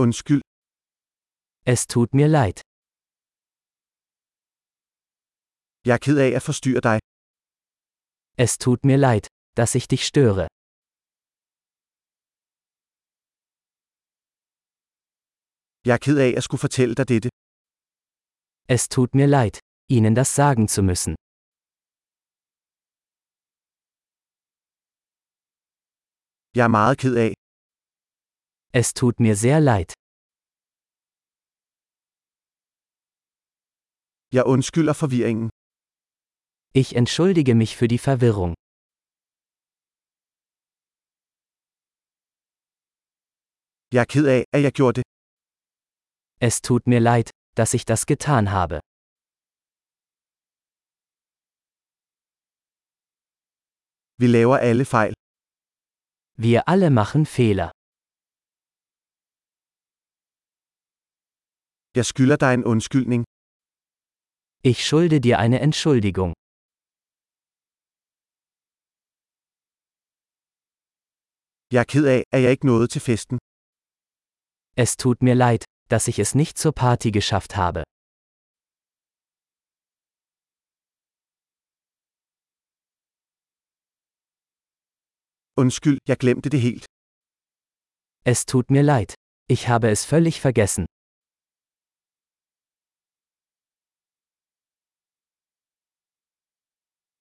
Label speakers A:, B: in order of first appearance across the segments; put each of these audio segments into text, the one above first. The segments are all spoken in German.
A: Undskyld,
B: Es tut mir leid.
A: jeg er ked af at forstyrre dig.
B: Es tut mir leid, dass ich dich störe.
A: Jeg er ked af at skulle fortælle dig dette.
B: Es tut mir leid, Ihnen das sagen zu müssen.
A: Jeg er meget ked af.
B: Es tut mir sehr leid.
A: Jeg undskylder forvirringen.
B: Ich entschuldige mich für die Verwirrung.
A: Jeg er ked af, at jeg gjorde det.
B: Es tut mir leid, dass ich das getan habe.
A: Vi laver alle fejl.
B: Wir alle machen Fehler.
A: Jeg skylder dig en undskyldning.
B: Ich schulde dir eine Entschuldigung.
A: Jeg er ked af, at jeg ikke nåede til festen.
B: Es tut mir leid, dass ich es nicht zur Party geschafft habe.
A: Undskyld, jeg glemte det helt.
B: Es tut mir leid. Ich habe es völlig vergessen.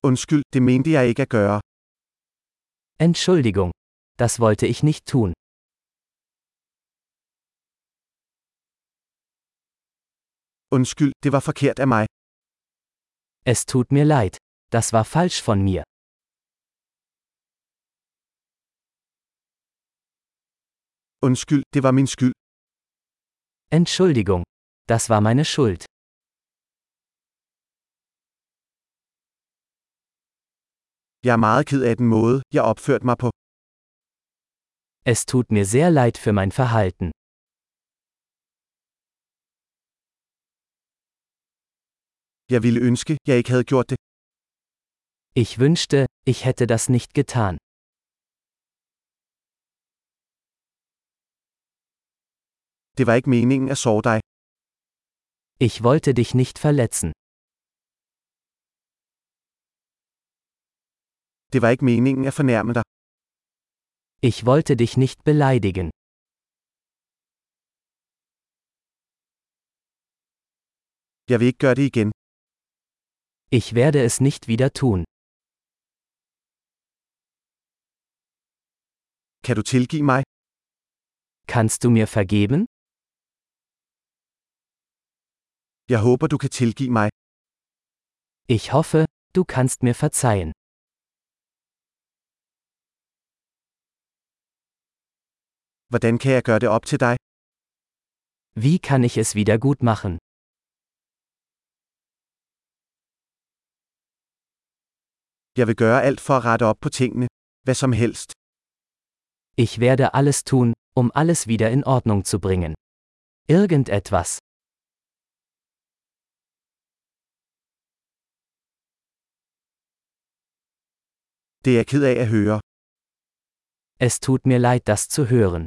A: Undskyld, det mente jeg ikke at gøre.
B: Entschuldigung. Das wollte ich nicht tun.
A: Undskyld, det var forkert af mig.
B: Es tut mir leid. Das war falsch von mir.
A: Undskyld, det var min skyld.
B: Entschuldigung. Das war meine Schuld.
A: Jeg er meget ked af den måde, jeg opførte mig på.
B: Es tut mir sehr leid für mein Verhalten.
A: Jeg ville ønske, jeg ikke havde gjort det.
B: Ich wünschte, ich hätte das nicht getan.
A: Det var ikke meningen at sove dig.
B: Ich wollte dich nicht verletzen.
A: Det var ikke meningen at fornærme dig.
B: Ich wollte dich nicht beleidigen.
A: Jeg vil ikke gøre det igen.
B: Ich werde es nicht wieder tun.
A: Kan du tilgive mig?
B: Kannst du mir vergeben?
A: Jeg håber, du kan tilgive mig.
B: Ich hoffe, du kannst mir verzeihen.
A: Hvordan kan jeg gøre det op til dig?
B: Wie kann ich es wieder gut machen?
A: Jeg vil gøre alt for at rette op på tingene. Hvad som helst.
B: Ich werde alles tun, um alles wieder in Ordnung zu bringen. Irgendetwas.
A: Det er jeg ked af at høre.
B: Es tut mir leid, das zu hören.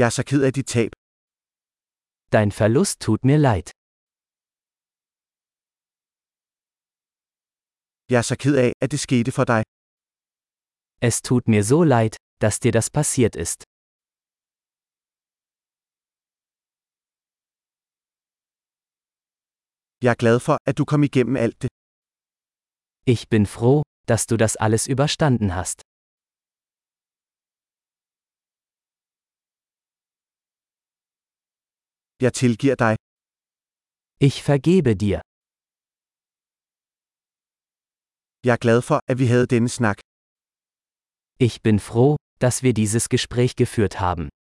A: Jeg er så ked af dit tab.
B: Dein Verlust tut mir leid.
A: Jeg er så ked af, at det skete for dig.
B: Es tut mir so leid, dass dir das passiert ist.
A: Jeg er glad for, at du kom igennem alt det.
B: Ich bin froh, dass du das alles überstanden hast.
A: Jeg tilgiver dig.
B: Ich vergebe dir.
A: Jeg er glad for, at vi havde denne snak.
B: Ich bin froh, dass wir dieses Gespräch geführt haben.